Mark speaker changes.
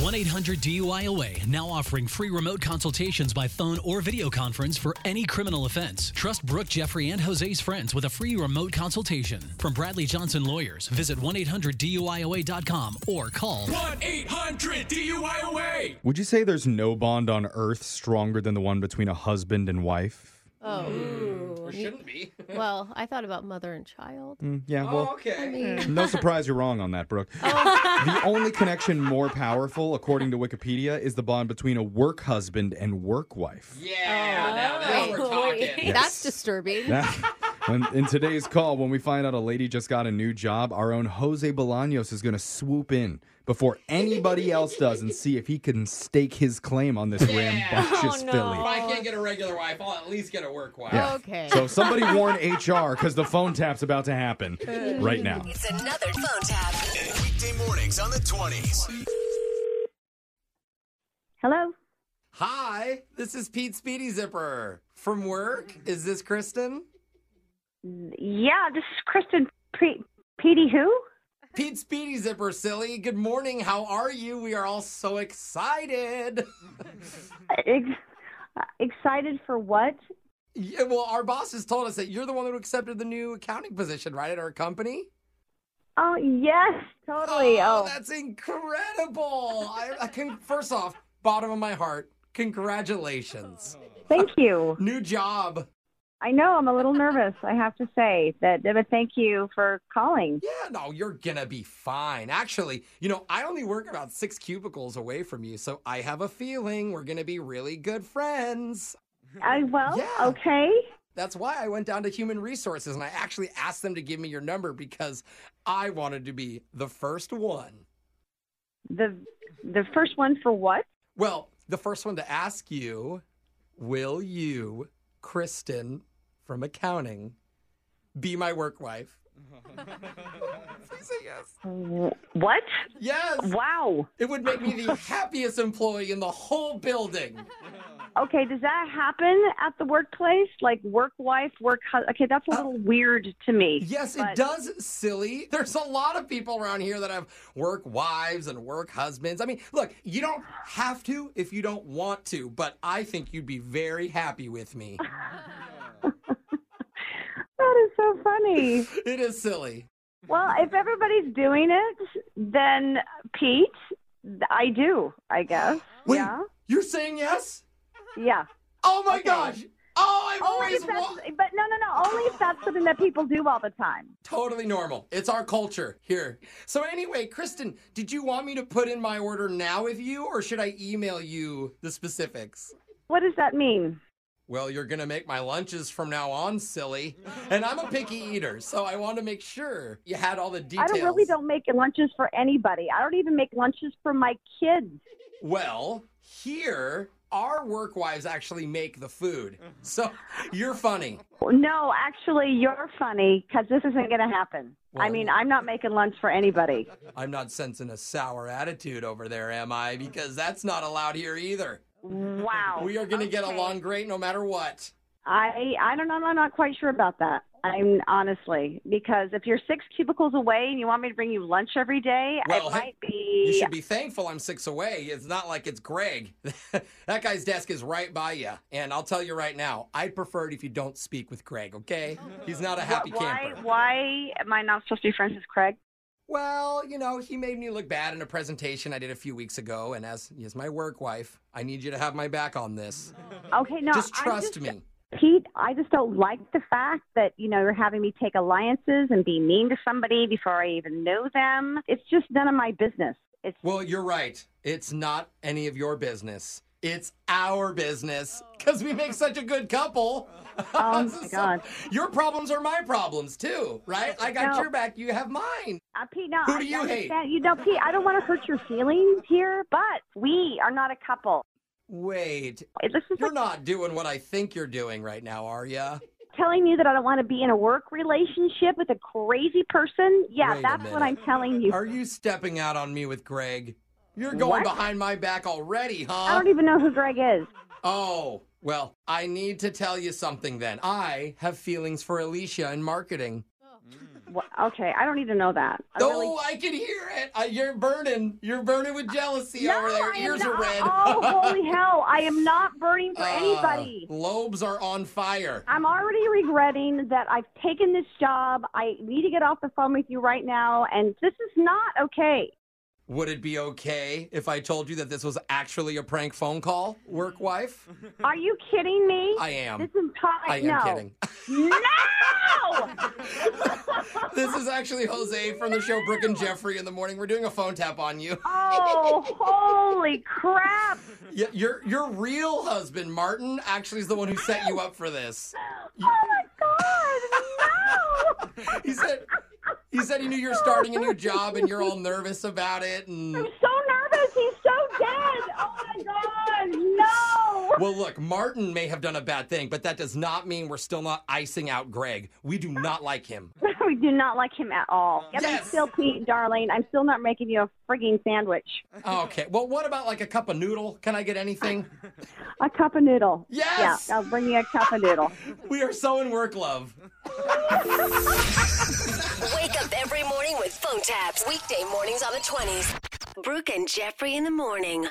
Speaker 1: 1 800 DUIOA now offering free remote consultations by phone or video conference for any criminal offense. Trust Brooke, Jeffrey, and Jose's friends with a free remote consultation. From Bradley Johnson Lawyers, visit 1 800 DUIOA.com or call
Speaker 2: 1 800 DUIOA.
Speaker 3: Would you say there's no bond on earth stronger than the one between a husband and wife?
Speaker 4: Oh.
Speaker 5: Or shouldn't be.
Speaker 4: Well, I thought about mother and child.
Speaker 3: Mm, yeah, well,
Speaker 5: oh, okay.
Speaker 3: no surprise you're wrong on that, Brooke. The only connection more powerful, according to Wikipedia, is the bond between a work husband and work wife.
Speaker 5: yeah, now, now
Speaker 4: Oh, Wait,
Speaker 5: we're talking.
Speaker 3: Yes.
Speaker 4: That's disturbing.
Speaker 3: Now, when, in today's call, when we find out a lady just got a new job, our own Jose Bolaños is going to swoop in before anybody else does and see if he can stake his claim on this rambunctious
Speaker 6: Oh, no.
Speaker 3: filly.
Speaker 5: If I can't get a regular wife, I'll at least get a work wife.
Speaker 3: Yeah.
Speaker 4: Okay.
Speaker 3: So somebody warn HR because the phone tap's about to happen right now.
Speaker 7: It's another phone tap.
Speaker 8: Weekday mornings on the 20s.
Speaker 9: Hello.
Speaker 5: Hi, this is Pete Speedy Zipper from work. Is this Kristen?
Speaker 9: Yeah, this is Kristen P- Petey. Who?
Speaker 5: Pete Speedy Zipper, silly. Good morning. How are you? We are all so excited.
Speaker 9: Ex- uh, excited for what?
Speaker 5: Yeah, well, our bosses told us that you're the one who accepted the new accounting position, right, at our company.
Speaker 9: Oh yes, totally.
Speaker 5: Oh,
Speaker 9: Oh,
Speaker 5: that's incredible! I, I can, first off, bottom of my heart, congratulations.
Speaker 9: thank you.
Speaker 5: New job.
Speaker 9: I know I'm a little nervous. I have to say that, but thank you for calling.
Speaker 5: Yeah, no, you're gonna be fine. Actually, you know, I only work about six cubicles away from you, so I have a feeling we're gonna be really good friends.
Speaker 9: I Uh, well,
Speaker 5: Yeah.
Speaker 9: okay.
Speaker 5: That's why I went down to human resources and I actually asked them to give me your number because I wanted to be the first one.
Speaker 9: The the first one for what?
Speaker 5: Well, the first one to ask you will you, Kristen from accounting, be my work wife? Please say yes.
Speaker 9: What?
Speaker 5: Yes.
Speaker 9: Wow.
Speaker 5: It would make me the happiest employee in the whole building.
Speaker 9: Okay, does that happen at the workplace? Like work wife, work. Hu- okay,
Speaker 5: Oh.
Speaker 9: that's a little weird to me.
Speaker 5: Yes, it
Speaker 9: But-
Speaker 5: does, silly. There's a lot of people around here that have work wives and work husbands. I mean, look, you don't have to if you don't want to, but I think you'd be very happy with me.
Speaker 9: That is so funny.
Speaker 5: It is silly.
Speaker 9: Well, if everybody's doing it, then Pete, th- I do, I guess.
Speaker 5: Wait,
Speaker 9: Yeah.
Speaker 5: you're saying yes?
Speaker 9: Yeah.
Speaker 5: Oh my gosh. Oh, I've
Speaker 9: Only
Speaker 5: always
Speaker 9: if that's,
Speaker 5: wa-
Speaker 9: but no, no, no. Only if that's something that people do all the time.
Speaker 5: Totally normal. It's our culture here. So, anyway, Kristen, did you want me to put in my order now with you, or should I email you the specifics?
Speaker 9: What does that mean?
Speaker 5: Well, you're going to make my lunches from now on, silly. And I'm a picky eater, so I want to make sure you had all the
Speaker 9: I
Speaker 5: details.
Speaker 9: don't really don't make lunches for anybody. I don't even make lunches for my kids.
Speaker 5: Well, here, our work wives actually make the food. So, you're funny.
Speaker 9: No, actually, you're funny because this isn't going to happen. I
Speaker 5: Well-
Speaker 9: mean, I'm not making lunch for anybody.
Speaker 5: I'm not sensing a sour attitude over there, am I? Because that's not allowed here either.
Speaker 9: Wow.
Speaker 5: We are going to get
Speaker 9: Okay.
Speaker 5: along great no matter what.
Speaker 9: I I don't know. I'm not quite sure about that. I'm honestly because if you're six cubicles away and you want me to bring you lunch every day,
Speaker 5: Well,
Speaker 9: it
Speaker 5: hey,
Speaker 9: might
Speaker 5: You
Speaker 9: be.
Speaker 5: should be thankful I'm six away. It's not like it's Greg. that guy's desk is right by you. And I'll tell you right now, I'd prefer it if you don't speak with Greg, okay? He's not a happy
Speaker 9: why
Speaker 5: camper.
Speaker 9: why am I not supposed to be friends with Craig?
Speaker 5: Well, you know, he made me look bad in a presentation I did a few weeks ago. And as as my work wife, I need you to have my back on this.
Speaker 9: Okay, no,
Speaker 5: Just
Speaker 9: I'm
Speaker 5: trust
Speaker 9: just-
Speaker 5: me.
Speaker 9: Pete. I just don't like the fact that you know you're having me take alliances and be mean to somebody before I even know them. It's just none of my business. It's
Speaker 5: Well, you're right. It's not any of your business. It's our business because we make such a good couple.
Speaker 9: Oh, my
Speaker 5: So
Speaker 9: God.
Speaker 5: Your problems are my problems too, right? I got
Speaker 9: No.
Speaker 5: your back, you have mine.
Speaker 9: Uh, Pete, no,
Speaker 5: Who
Speaker 9: I
Speaker 5: do you hate?
Speaker 9: understand. You know, Pete, I don't want to hurt your feelings here, but we are not a couple.
Speaker 5: Wait,
Speaker 9: It- This is like
Speaker 5: you're not doing what I think you're doing right now, are you?
Speaker 9: telling you that I don't want to be in a work relationship with a crazy person. Yeah,
Speaker 5: Wait a
Speaker 9: that's what I'm
Speaker 5: minute.
Speaker 9: telling you.
Speaker 5: Are you stepping out on me with Greg? You're going
Speaker 9: What?
Speaker 5: behind my back already, huh?
Speaker 9: I don't e- even know who Greg is.
Speaker 5: Oh, well, I need to tell you something then. I have feelings for Alicia in marketing.
Speaker 9: Wh- Okay, I don't need to know that. I
Speaker 5: No,
Speaker 9: really-
Speaker 5: I can hear it. I, you're burning. You're burning with jealousy
Speaker 9: No,
Speaker 5: over there.
Speaker 9: I am
Speaker 5: Ears
Speaker 9: not-
Speaker 5: are red.
Speaker 9: Oh, holy hell. I am not burning for anybody.
Speaker 5: Uh, lobes are on fire.
Speaker 9: I'm already regretting that I've taken this job. I need to get off the phone with you right now, and this is not okay.
Speaker 5: Would it be okay if I told you that this was actually a prank phone call, work wife?
Speaker 9: Are you kidding me?
Speaker 5: I am.
Speaker 9: This is not.
Speaker 5: I am
Speaker 9: no.
Speaker 5: kidding.
Speaker 9: No!
Speaker 5: this is actually Jose from the show Brooke and Jeffrey in the morning. We're doing a phone tap on you.
Speaker 9: oh, holy crap!
Speaker 5: Yeah, your your real husband, Martin, actually is the one who set you up for this.
Speaker 9: Oh my god! No!
Speaker 5: He said he said he knew you're starting a new job and you're all nervous about it and
Speaker 9: I'm so nervous. He's so dead. Oh my god! No!
Speaker 5: Well, look, Martin may have done a bad thing, but that does not mean we're still not icing out Greg. We do not like him.
Speaker 9: we do not like him at all. Yes, I'm
Speaker 5: Yes.
Speaker 9: still Pete, darling. I'm still not making you a frigging sandwich.
Speaker 5: Okay. Well, what about like a cup of noodle? Can I get anything?
Speaker 9: A cup of noodle.
Speaker 5: Yes.
Speaker 9: Yeah, I'll bring you a cup of noodle.
Speaker 5: We are so in work love.
Speaker 6: Wake up every morning with phone taps. Weekday mornings on the 20s. Brooke and Jeffrey in the morning.